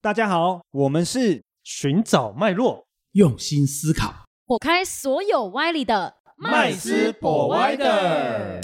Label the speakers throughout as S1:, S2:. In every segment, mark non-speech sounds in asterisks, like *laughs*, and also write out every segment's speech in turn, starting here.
S1: 大家好，我们是
S2: 寻找脉络，
S3: 用心思考。
S4: 火开所有歪理的
S1: 麦斯博歪的。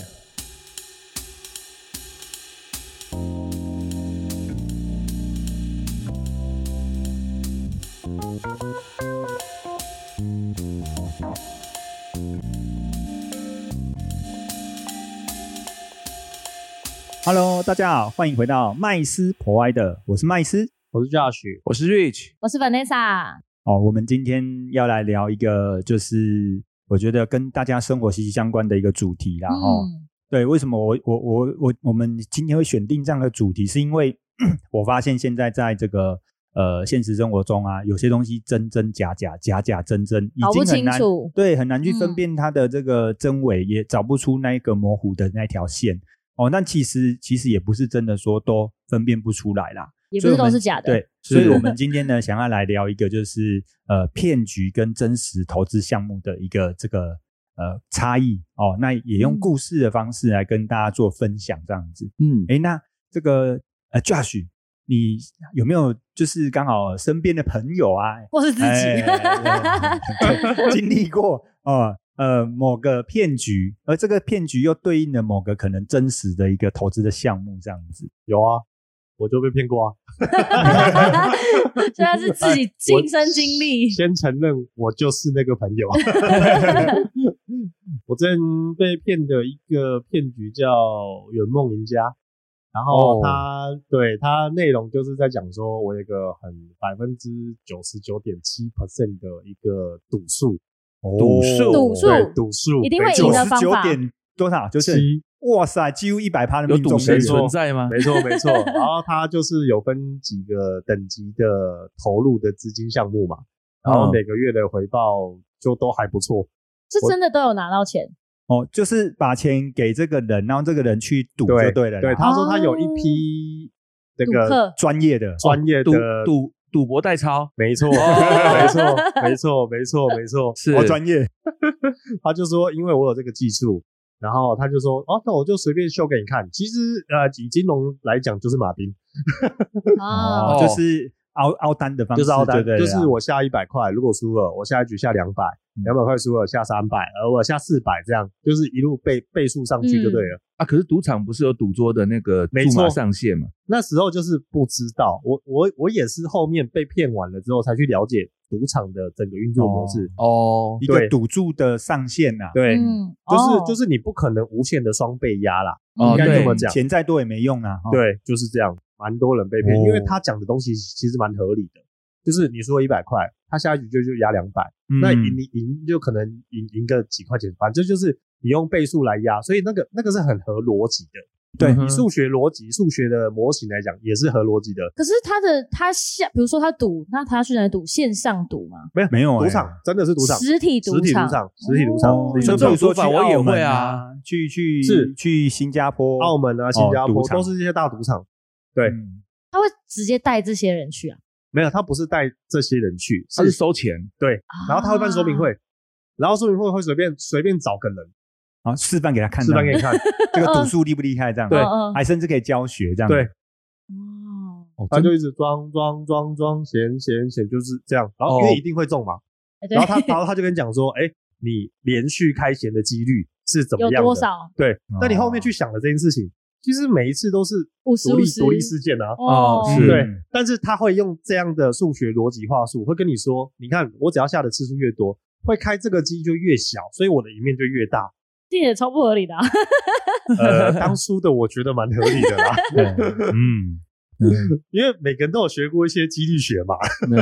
S1: Hello，大家好，欢迎回到麦斯 Provider，我是麦斯。
S2: 我是 Josh，
S5: 我是 Rich，
S4: 我是 Vanessa，
S1: 哦，我们今天要来聊一个，就是我觉得跟大家生活息息相关的一个主题啦。哦、
S4: 嗯
S1: 对，为什么我我我我我们今天会选定这样的主题，是因为 *clears throat* 我发现现在在这个呃现实生活中啊，有些东西真真假假，假假真真，已
S4: 搞不
S1: 经很
S4: 清
S1: 难
S4: 楚，
S1: 对，很难去分
S4: 嗯
S1: 辨它的这个真伪，也找不出那一个模糊的那条线。哦，那其实其实也不是真的说都分辨不出来啦。
S4: 也不
S1: 所以
S4: 是
S1: 我
S4: 都
S1: 们
S4: 是假的。
S1: 对，所以我们今天呢，想要来聊一个就是呃骗局跟真实投资项目的一个这个呃差异哦。那也用
S4: 嗯
S1: 故事的方式来跟大家做分享，这样子。
S5: 嗯，
S1: 诶，那这个呃，Josh，你有没有就是刚好身边的朋友啊，
S4: 或是自己、
S1: 哎对 *laughs* 经历过哦呃某个骗局，而这个骗局又对应了某个可能真实的一个投资的项目，这样子。
S2: 有啊，我就被骗过啊。
S4: 所以他是自己亲身经历。
S2: 先承认我就是那个朋友。 *laughs* 我之前被骗的一个骗局叫“圆梦赢家”，然后
S5: 哦
S2: 他、对他内容就是在讲说，我有一个很百分之九十九点七 percent 的一个赌术，
S1: 哦
S5: 赌术
S4: 赌术
S2: 对赌术
S4: 一定会
S2: 没错
S1: 九
S4: 赢的
S1: 十
S4: 方
S1: 九
S4: 法
S1: 点多少？就是
S2: 七
S1: 哇塞，几乎一百趴的
S5: 有
S1: 命中
S5: 赌神
S1: 率。
S5: 存在吗？
S2: 没错，没错。然后它就是有分几个等级的投入的资金项目嘛，
S5: 嗯
S2: 然后每个月的回报就都还不错。
S4: 是真的都有拿到钱，
S1: 哦，就是把钱给这个人，然后这个人去赌就
S2: 对
S1: 对了啦。
S2: 对，他说他有一
S4: 哦
S2: 批那
S4: 赌
S2: 个
S4: 客
S1: 专业的
S4: 哦
S2: 专业
S5: 哦赌
S2: 的，
S5: 赌赌博代操，
S2: 没错，没错，没错，没错，没错。
S5: 是
S1: 哦，专业
S2: 他就说，因为我有这个技术。然后他就说：“哦，那我就随便秀给你看。其实，呃，以金融来讲，就是马丁，
S4: 啊，
S1: 哦，
S5: 哦
S1: 就是凹凹单的方式，
S2: 就是凹单，
S1: 对啊对
S2: 就
S1: 对
S2: 是我下一百块，如果输了，我下一局下两百，
S1: 嗯
S2: 两百块输了下三百，而我下四百，这样就是一路倍倍数上去就对
S1: 嗯
S2: 了。
S5: 啊，可是赌场不是有赌桌的那个
S2: 没
S5: 注码
S2: 错
S5: 上限吗？
S2: 那时候就是不知道，我我我也是后面被骗完了之后才去了解赌场的整个运作模式。
S5: 哦
S1: 一个
S2: 对
S1: 赌注的上限啊呐。
S2: 对，
S4: 嗯，
S2: 就是、
S4: 哦
S2: 就是你不可能无限的双倍压啦，
S5: 哦
S2: 应该
S5: 对
S2: 这么讲。
S1: 钱再多也没用啊。哦，
S2: 对，就是这样，蛮多人被骗，
S1: 哦
S2: 因为他讲的东西其实蛮合理的，就是你说一百块，他下一局就就压两百。
S1: 嗯
S2: 那赢你赢就可能赢赢个几块钱，反正就是你用倍数来压，所以那个那个是很合逻辑的。
S1: 对
S5: 嗯哼
S2: 以数学逻辑、数学的模型来讲，也是合逻辑的。
S4: 可是他的他下，比如说他赌，那他去哪里赌？线上赌吗？
S2: 没有
S1: 没有
S2: 赌
S1: 欸
S2: 场真的是赌场，
S4: 实体
S2: 实
S4: 赌
S2: 体赌
S4: 场，
S2: 场，实体赌场
S4: 哦，
S2: 实体
S1: 所
S2: 赌
S1: 以比如
S5: 这种
S2: 场
S1: 说
S5: 说
S1: 去
S5: 法我也
S1: 澳门
S5: 会啊
S1: 啊，去去
S2: 是
S1: 去新加坡、
S2: 澳门啊、新加
S1: 哦
S2: 坡
S1: 赌场
S2: 都是这些大赌场。对
S1: 嗯
S4: 他会直接带这些人去啊。
S2: 没有，他不是带这些人去，
S5: 他是收钱，
S2: 对，然后他会办说明
S4: 啊，
S2: 会，然后说明会会随便随便找个人
S1: 啊，示范给他看，
S2: 示范给
S1: *laughs*
S2: 你看，
S1: 这个赌术厉不厉害？这样
S2: 对
S4: 嗯嗯嗯
S1: 还甚至可以教学这样。
S2: 对，
S4: 哦，
S5: 哦
S2: 他
S5: 真
S2: *laughs* 就一直装装装装闲闲闲，就是这样。然后因
S5: 哦
S2: 为一定会中嘛，
S4: 哎对
S2: 然后他，然后他就跟你讲说，哎、你连续开弦的几率是怎么
S4: 有
S2: 样的？
S4: 多？少？
S2: 对，那你后面去想的这件事情，其实每一次都是
S4: 五十
S2: 独
S4: 五
S2: 立
S4: 十
S2: 独立事件啊。
S4: 哦，
S5: 哦是
S2: 对
S1: 嗯，
S2: 但是他会用这样的数学逻辑话术，会跟你说，你看我只要下的次数越多，会开这个机就越小，所以我的赢面就越大。
S4: 这也超不合
S5: *laughs*
S4: 理的啊。
S2: 呃，当初的我觉得蛮合理的啦，
S1: 嗯，
S2: *laughs* 因为每个人都有学过一些几率学嘛。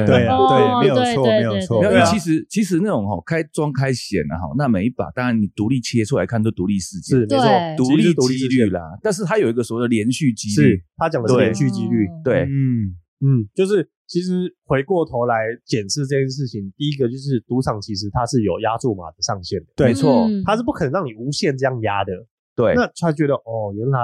S1: 对啊，
S4: 哦
S1: 对，没有
S4: 对
S1: 错，
S4: 对
S1: 没有
S4: 对
S1: 错。
S5: 没有，
S2: 对啊
S5: 其实其实那种哈开庄开险啊，哈，那每一把当然你独立切出来看都独立事件，
S2: 是没错
S4: 对，
S5: 独立
S2: 其实是独立
S5: 几
S2: 事件
S5: 率啦，但是它有一个所谓的连续几率
S2: 是，他讲的是
S5: 对
S2: 连续几率。
S4: 哦
S5: 对，
S1: 嗯，
S2: 嗯，就是其实回过头来检视这件事情，第一个就是赌场其实它是有压注码的上限的，
S1: 对
S5: 没错，
S4: 嗯
S2: 它是不可能让你无限这样压的。
S5: 对，
S2: 那他觉得哦，原来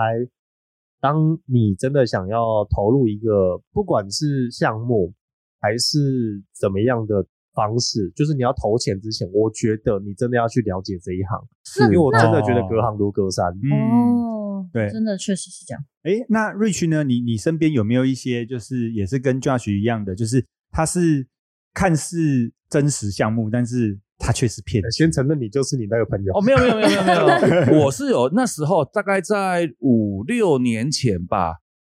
S2: 当你真的想要投入一个不管是项目还是怎么样的方式，就是你要投钱之前，我觉得你真的要去了解这一行，
S5: 是
S2: 因为我真的觉得
S1: 哦
S2: 隔行如隔山。
S1: 嗯，
S4: 哦，
S1: 对
S4: 真的确实是这样。
S1: 诶，那 Rich 呢？你你身边有没有一些就是也是跟 Josh 一样的，就是他是看似真实项目，但是他却是骗
S2: 呃
S1: 子。
S2: 先承认你就是你那个朋友
S5: 哦，没有没有没有没有没有，我 *laughs* 是有那时候大概在五六年前吧，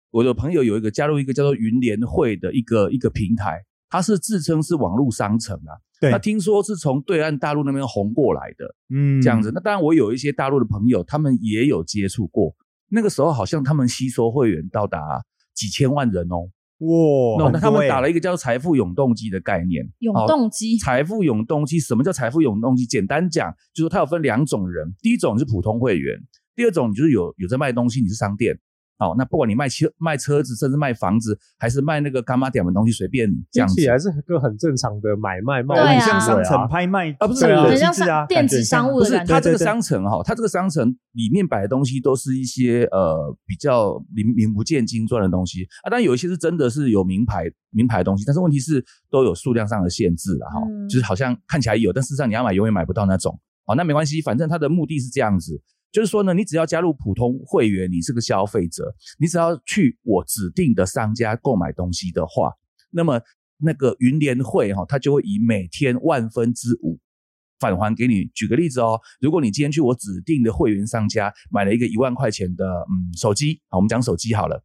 S5: 我的朋友有一个加入一个叫做云联会的一个一个平台，它是自称是网络商城啊，
S1: 对
S5: 那听说是从对岸大陆那边红过来的
S1: 嗯
S5: 这样子。那当然，我有一些大陆的朋友，他们也有接触过，那个时候好像他们吸收会员到达几千万人哦，
S1: 哇，欸
S5: 那那他们打了
S1: 一
S5: 一个叫“财富永动机”的概念。
S4: 永
S5: 好 *laughs*
S4: 动机，
S5: 财富永动机，什么叫财富永动机？简单讲，就是它有分两种人，第一种是普通会员，第二种你就是有有在卖东西，你是商店。哦，那不管你卖车、卖车子，甚至卖房子，还是卖那个干妈点的东西，随便你这
S2: 听
S5: 样子
S2: 起。来是一个很正常的买卖卖
S4: 对啊
S2: 卖
S1: 哦很
S2: 行
S1: 像
S2: 为啊
S1: 商城拍卖
S5: 啊不是
S1: 这样的
S5: 很
S1: 机
S4: 像
S1: 制啊，
S4: 商电子
S1: 感觉
S4: 商务
S5: 不
S4: 的
S5: 是
S4: 感觉
S5: 它这个
S1: 对对
S5: 商城哈，它这个商城里面摆的东西都是一些呃比较名名不见经传的东西啊，当然有一些是真的是有名牌名牌的东西，但是问题是都有数量上的限制了哈，
S4: 嗯
S5: 就是好像看起来有，但事实上你要买永远买不到那种。好，那没关系，反正它的目的是这样子，就是说呢，你只要加入普通会员，你是个消费者，你只要去我指定的商家购买东西的话，那么那个云联会哈、它就会以每天万分之五返还给你。举个例子哦，如果你今天去我指定的会员商家买了一个一万块钱的嗯手机，好，我们讲手机好了。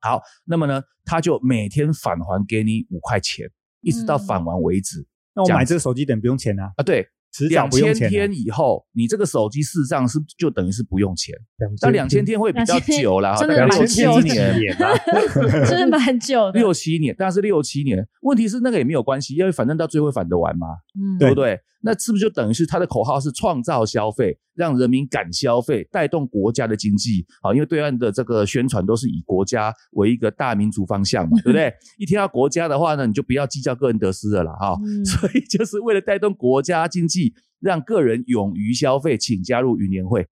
S5: 好，那么呢，他就每天返还给你五块钱，一直到
S4: 嗯
S5: 返完为止、
S1: 那我
S5: 这样
S1: 买
S5: 子
S1: 这个手机等不用钱啊，
S5: 啊。对，
S1: 迟早
S5: 两
S1: 不用钱
S5: 千
S1: 啊。
S5: 天以后，你这个手机事实上是就等于是不用钱，但
S2: 天
S5: 两千天会比较
S4: 2000天
S5: 久啦，
S4: 真的
S5: 大概
S4: 蛮
S5: 六
S2: *laughs* 两
S5: 七
S2: 千天是
S5: 年
S2: 几。年啊？ *laughs*
S4: 真的蛮久的。
S5: 六七年，但是六七年，问题是那个也没有关系，因为反正到最后会返得完嘛，
S4: 嗯，
S5: 对不对？那是不是就等于是他的口号是创造消费，让人民敢消费，带动国家的经济？好，因为对岸的这个宣传都是以国家为一个大民族方向嘛，对不对？一听到国家的话呢，你就不要计较个人得失了啦，哈、
S4: 嗯
S5: 所以就是为了带动国家经济，让个人勇于消费，请加入云联会。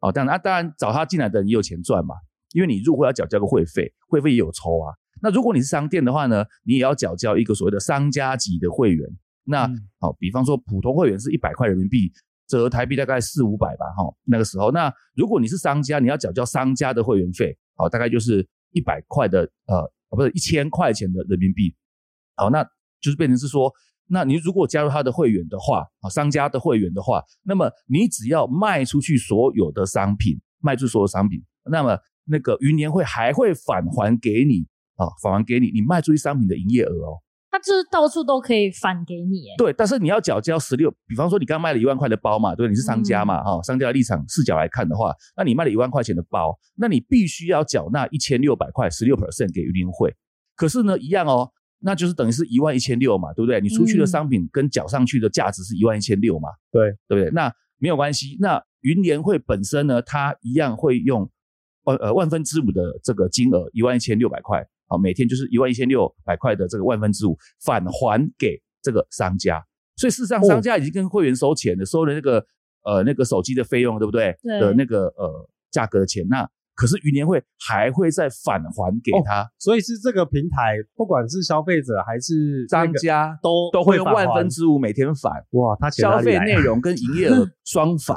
S5: 哦，当然，啊、当然找他进来的人也有钱赚嘛，因为你入会要缴交个会费，会费也有抽啊。那如果你是商店的话呢，你也要缴交一个所谓的商家级的会员。那好、
S1: 嗯
S5: 哦，比方说普通会员是一百块人民币，折合台币大概四五百吧，哈、那个时候，那如果你是商家，你要缴交商家的会员费，好、大概就是一百块的呃，啊不是一千块钱的人民币，好、那就是变成是说，那你如果加入他的会员的话，啊，商家的会员的话，那么你只要卖出去所有的商品，卖出所有商品，那么那个云年会还会返还给你啊，返还给你你卖出去商品的营业额哦。
S4: 他就是到处都可以返给你，哎，
S5: 对，但是你要缴交十六，比方说你刚卖了一万块的包嘛，对不对，你是商家嘛，哈、商家的立场视角来看的话，那你卖了一万块钱的包，那你必须要缴纳一千六百块，十六 percent 给云联会。可是呢，一样哦，那就是等于是一万一千六嘛，对不对？你出去的
S4: 嗯
S5: 商品跟缴上去的价值是一万一千六嘛，
S2: 对
S5: 对不对？那没有关系，那云联会本身呢，它一样会用万呃万分之五的这个金额一万一千六百块，啊，每天就是一万一千六百块的这个万分之五返还给这个商家，所以事实上
S2: 哦
S5: 商家已经跟会员收钱了，收了那个呃那个手机的费用，对不对？
S4: 对
S5: 的那个呃价格的钱，那可是云联会还会再返还给
S2: 哦
S5: 他。
S2: 所以是这个平台，不管是消费者还是那
S5: 商
S2: 个
S5: 家
S2: 都
S5: 都会用万
S2: 返还
S5: 分之五每天返，
S2: 哇，他钱哪
S5: 消
S2: 里
S5: 费
S2: 来啊
S5: 内容跟营业
S2: *laughs*
S5: 额双返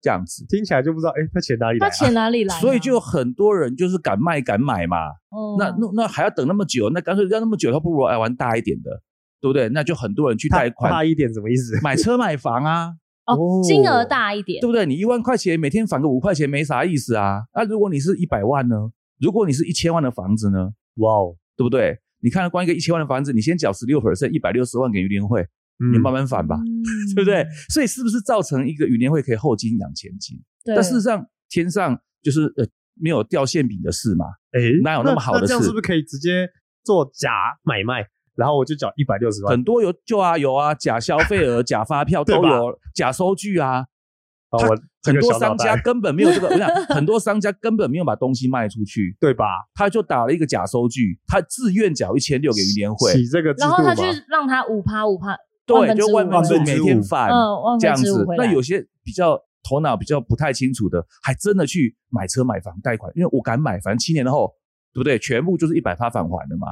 S5: 这样子，
S2: 听起来就不知道，哎，他钱哪里来
S4: 他
S2: 啊？哦
S4: 钱哪里来呢？
S5: 所以就有很多人就是敢卖敢买嘛。
S4: 嗯
S5: 那那那还要等那么久，那干脆要那么久，他不如哎来玩大一点的，对不对？那就很多人去贷
S2: 大
S5: 款
S2: 一点什么意思？
S5: 买车买房啊，
S2: *laughs*
S4: 哦，金额大一点
S5: 对，不对？你一万块钱每天返个五块钱没啥意思啊。那如果你是一百万呢？如果你是一千万的房子呢？
S2: 哇哦，
S5: 对不对？你看，光一个一千万的房子，你先缴十六 percent，一百六十万给于联会，你
S2: 嗯
S5: 慢慢返吧。
S4: 嗯
S5: 对不对？？所以是不是造成一个云联会可以后金养前金？
S4: 对，
S5: 但事实上，天上就是呃没有掉馅饼的事嘛。
S2: 哎，
S5: 哪有那么好的
S2: 那这样
S5: 事
S2: 是不是可以直接做假买卖，然后我就缴一百六十万
S5: 很？多有就啊有啊，假消费
S2: *laughs*
S5: 额、假发票都
S2: 对吧
S5: 有，假收据啊，
S2: 啊
S5: 他
S2: 我这
S5: 很
S2: 个
S5: 多
S2: 小脑
S5: 商
S2: 袋
S5: 家根本没有这个，我跟你讲很多商家根本没有把东西卖出去，
S2: 对吧？
S5: 他就打了一个假收据，他自愿缴一千六给云联会，
S2: 起这个制度
S4: 然
S2: 嘛
S4: 后他就让他五趴五趴，
S5: 对，就万
S4: 万
S5: 分
S4: 分
S5: 之
S4: 之
S5: 五
S4: 五
S5: 每天返，
S4: 嗯，万
S5: 这
S4: 分
S5: 样
S4: 之
S5: 子
S4: 五回。
S5: 那
S4: 来
S5: 有些比较头脑比较不太清楚的，还真的去买车买房贷款，因为我敢买，反正七年后，对不对？全部就是一百趴返还的嘛。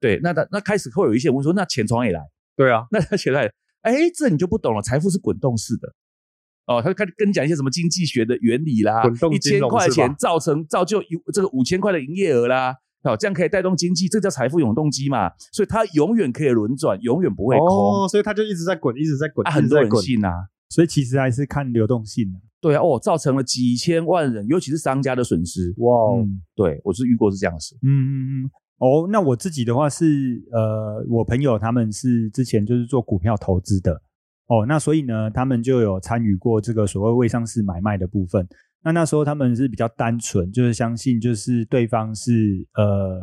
S5: 对，那那那开始会有一些人问说，那钱从哪里来？
S2: 对啊，
S5: 那他钱来，哎，这你就不懂了，财富是滚动式的。哦，他就开始跟你讲一些什么经济学的原理啦
S2: 滚动，
S5: 一
S2: 金
S5: 千
S2: 融
S5: 块
S2: 是吧
S5: 钱造成造就一这个五千块的营业额啦，哦，这样可以带动经济，这叫财富永动机嘛，所以它永远可以轮转，永远不会空，
S2: 哦，所以他就一直在滚，一直在滚，
S5: 啊，
S2: 一
S5: 很
S2: 直
S5: 多
S2: 在
S5: 人
S2: 滚。
S5: 信啊，
S1: 所以其实还是看流动性啊。
S5: 对啊，哦，造成了几千万人，尤其是商家的损失。
S2: 哇哦，
S1: 嗯
S5: 对我是遇过是这样的事，
S1: 嗯嗯嗯。哦，那我自己的话是，呃，我朋友他们是之前就是做股票投资的，哦，那所以呢，他们就有参与过这个所谓未上市买卖的部分。那那时候他们是比较单纯，就是相信就是对方是呃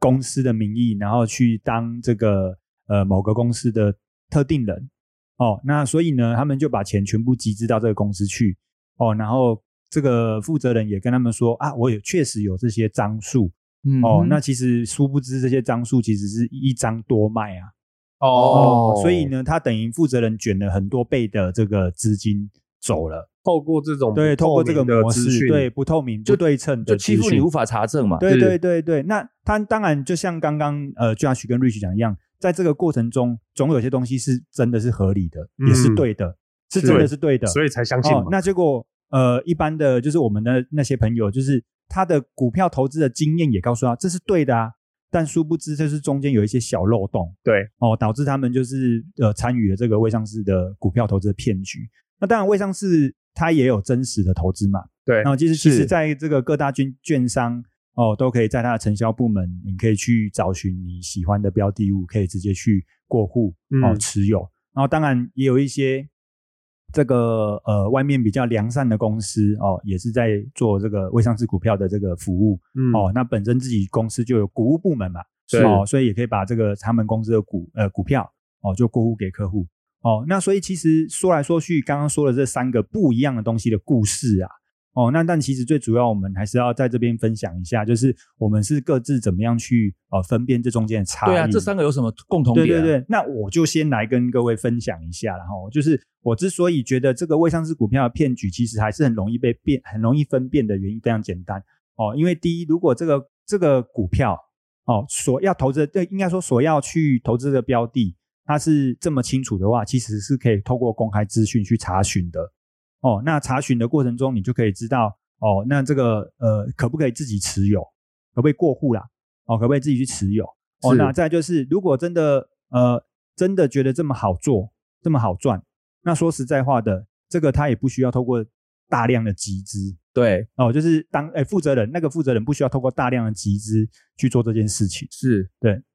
S1: 公司的名义，然后去当这个呃某个公司的特定人，哦，那所以呢，他们就把钱全部集资到这个公司去，哦，然后这个负责人也跟他们说啊，我有确实有这些张数，
S5: 嗯
S1: 哦，那其实殊不知这些张数其实是一张多卖啊。
S5: 哦
S1: 哦所以，呢，他等于负责人卷了很多倍的这个资金走了。
S2: 透过这种
S1: 对，
S2: 不
S1: 透过这个
S2: 明的
S1: 模
S2: 资
S1: 式，
S2: 讯
S1: 对不透明、
S5: 就
S1: 不对称的
S5: 就欺负
S1: 资讯
S5: 你无法查证嘛，
S1: 对
S2: 是
S1: 对对对，那他当然就像刚刚呃 Josh 跟 Rich 讲一样，在这个过程中，总有些东西是真的是合理的，也是
S2: 嗯
S1: 对的，是
S2: 是
S1: 真的是对的。
S2: 所以才相信嘛。
S1: 哦。那结果呃，一般的就是我们的那些朋友，就是他的股票投资的经验也告诉他这是对的啊，但殊不知这是中间有一些小漏洞，
S2: 对
S1: 哦，导致他们就是呃参与了这个未上市的股票投资的骗局。那当然，未上市它也有真实的投资嘛，
S2: 对
S1: 然后其实其
S5: 是
S1: 实在这个各大券券商哦，都可以在它的承销部门，你可以去找寻你喜欢的标的物，可以直接去过户哦、
S2: 嗯
S1: 持有。然后当然也有一些这个呃外面比较良善的公司哦，也是在做这个未上市股票的这个服务
S2: 嗯
S1: 哦。那本身自己公司就有股务部门嘛，
S2: 是
S1: 哦，所以也可以把这个他们公司的股呃股票哦就过户给客户哦。那所以其实说来说去，刚刚说的这三个不一样的东西的故事啊，哦，那但其实最主要我们还是要在这边分享一下，就是我们是各自怎么样去呃分辨这中间的差异。
S5: 对啊，这三个有什么共同
S1: 嗯对
S5: 点？啊
S1: 对，对，那我就先来跟各位分享一下，然后就是我之所以觉得这个未上市股票的骗局其实还是很容易被辨、很容易分辨的原因非常简单哦，因为第一，如果这个这个股票哦所要投资的，对，应该说所要去投资的标的，它是这么清楚的话，其实是可以透过公开资讯去查询的哦。那查询的过程中，你就可以知道哦，那这个呃可不可以自己持有，可不可以过户啦？哦，可不可以自己去持有？哦，
S2: 是
S1: 那再就是，如果真的呃真的觉得这么好做，这么好赚，那说实在话的，这个他也不需要透过大量的集资
S5: 对
S1: 哦，就是当哎负责人那个负责人不需要透过大量的集资去做这件事情。
S5: 是，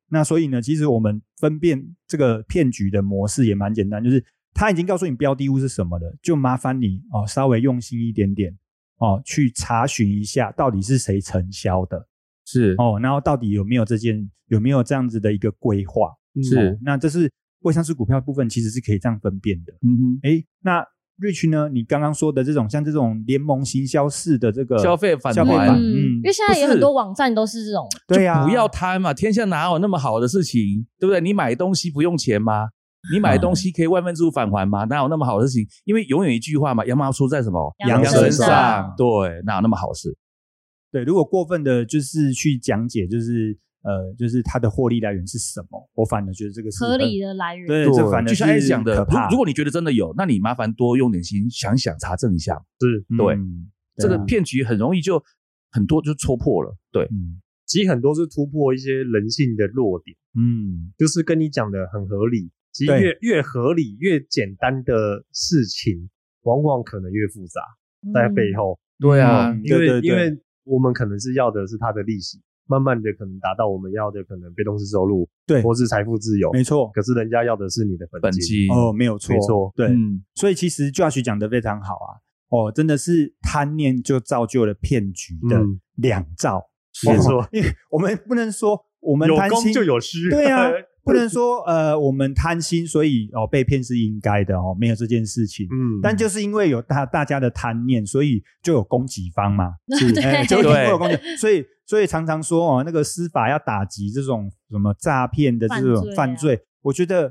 S1: 那所以呢，其实我们分辨这个骗局的模式也蛮简单，就是他已经告诉你标的物是什么了，就麻烦你哦稍微用心一点点哦，去查询一下到底是谁承销的
S5: 是
S1: 哦，然后到底有没有这件有没有这样子的一个规划。
S2: 嗯
S5: 是
S1: 那这是未上市股票的部分，其实是可以这样分辨的。
S5: 嗯
S1: 诶，那 Rich 呢？你刚刚说的这种像这种联盟行销式的这个
S5: 消费返
S1: 消费
S5: 还
S1: 返
S5: 嗯
S1: 嗯，
S4: 因为现在也很多网站都是这种，
S5: 哼，
S1: 对啊，
S5: 就不要贪嘛，天下哪有那么好的事情，对不对？你买东西不用钱吗？你买东西可以万分之五返还吗？哪有那么好的事情？因为永远一句话嘛，羊毛出在什么
S1: 羊
S5: 身
S1: 身
S5: 上
S1: 上。
S5: 对，哪有那么好事？
S1: 对，如果过分的就是去讲解，就是呃，就是它的获利来源是什么，我反而觉得这个是
S4: 合理
S1: 的。
S4: 的来源。
S1: 对，这反而
S5: 就像艾讲的，
S1: 可
S5: 如
S1: 怕。
S5: 如果你觉得真的有，那你麻烦多用点心想一想，查证一下。
S2: 是，
S1: 嗯
S5: 对这
S1: 对
S5: 个
S1: 啊
S5: 骗局很容易就很多就戳破了。对，
S1: 嗯
S2: 其实很多是突破一些人性的弱点，
S1: 嗯，
S2: 就是跟你讲的很合理。其实
S1: 对
S2: 越越合理、越简单的事情，往往可能越复杂在
S4: 嗯
S2: 背后。
S5: 对
S1: 啊嗯
S2: 因为
S1: 对对对
S2: 因为我们可能是要的是它的利息，慢慢的可能达到我们要的可能被动式收入，
S1: 对
S2: 或是财富自由。
S1: 没错，
S2: 可是人家要的是你的本
S5: 本
S2: 金。
S5: 金
S1: 哦，没有错，
S2: 没错
S1: 对。
S5: 嗯，
S1: 所以其实 Josh 讲的非常好啊，哦，真的是贪念就造就了骗局的
S2: 嗯
S1: 两兆，
S2: 没错
S1: 哦因为我们不能说我们
S2: 有
S1: 贪
S2: 功
S1: 心
S2: 就有失。
S1: 对啊，
S4: *laughs*
S1: 不能说呃我们贪心，所以哦被骗是应该的哦，没有这件事情。
S2: *laughs* 嗯，
S1: 但就是因为有大大家的贪念，所以就有供给方
S4: *laughs*
S1: 嘛，
S4: 是
S1: 哎
S4: 嗯对，
S1: 就一定
S5: 对
S1: 会有供给，所以所以常常说哦，那个司法要打击这种什么诈骗的这种犯
S4: 犯罪啊
S1: 罪，我觉得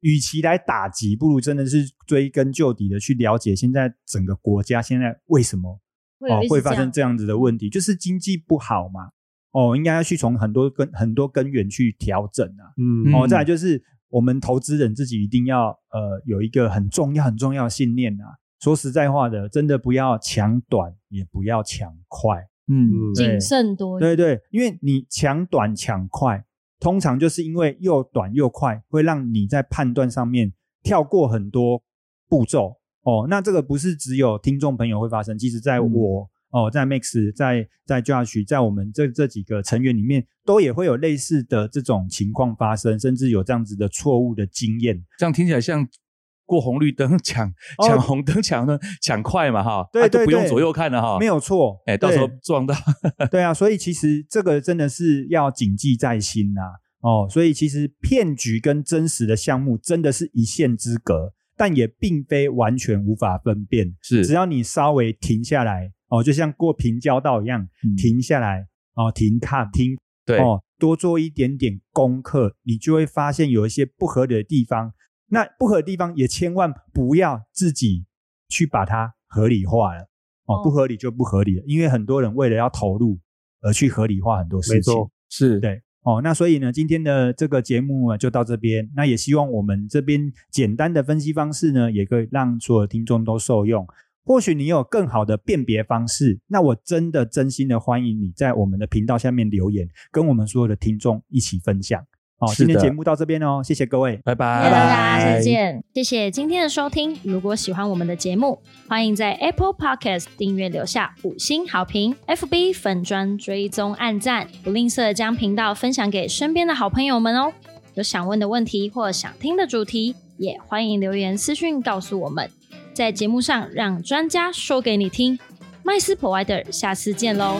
S1: 与其来打击，不如真的是追根究底的去了解现在整个国家现在为什么
S4: 会
S1: 哦
S4: 有一直
S1: 会发生
S4: 这
S1: 这
S4: 样。
S1: 样子的问题，就是经济不好嘛，哦，应该要去从很多根很多根源去调整啊。
S2: 嗯，
S1: 哦，
S5: 嗯
S1: 再来就是我们投资人自己一定要呃有一个很重要很重要的信念啊，说实在话的，真的不要抢短，也不要抢快。
S5: 嗯
S2: 嗯，
S1: 对
S4: 谨慎多一点。
S1: 对对，因为你抢短抢快，通常就是因为又短又快，会让你在判断上面跳过很多步骤哦。那这个不是只有听众朋友会发生，其实在
S5: 嗯
S1: 我、哦，在 Max 在在 Josh 在我们这这几个成员里面，都也会有类似的这种情况发生，甚至有这样子的错误的经验。
S5: 这样听起来像过红绿灯抢
S1: 哦
S5: 抢红灯抢呢抢快嘛哈，
S1: 对
S5: 啊都
S1: 对
S5: 不用
S1: 对
S5: 左右看了哈，
S1: 没有错，
S5: 哎，到时候
S1: 对
S5: 撞到
S1: 对啊，所以其实这个真的是要谨记在心呐、哦，所以其实骗局跟真实的项目真的是一线之隔，但也并非完全无法分辨。
S5: 是
S1: 只要你稍微停下来，哦，就像过平交道一样，
S5: 嗯
S1: 停下来，哦，停看停
S5: 对
S1: 哦，多做一点点功课，你就会发现有一些不合理的地方。那不合理的地方也千万不要自己去把它合理化了。哦
S4: 哦，
S1: 不合理就不合理了，因为很多人为了要投入而去合理化很多事
S2: 没
S1: 情。
S2: 错
S5: 是
S1: 对哦，那所以呢，今天的这个节目啊就到这边。那也希望我们这边简单的分析方式呢，也可以让所有听众都受用。或许你有更好的辨别方式，那我真的真心的欢迎你在我们的频道下面留言，跟我们所有的听众一起分享。哦，
S5: 是
S1: 今天
S5: 的
S1: 节目到这边哦，谢谢各位。
S5: 拜拜，
S4: 谢谢大家，下次见。谢谢今天的收听。如果喜欢我们的节目，欢迎在 Apple Podcast 订阅留下五星好评，FB 粉砖追踪按赞，不吝啬将频道分享给身边的好朋友们哦。有想问的问题或想听的主题，也欢迎留言私讯告诉我们，在节目上让专家说给你听。麦斯 Provider，下次见喽，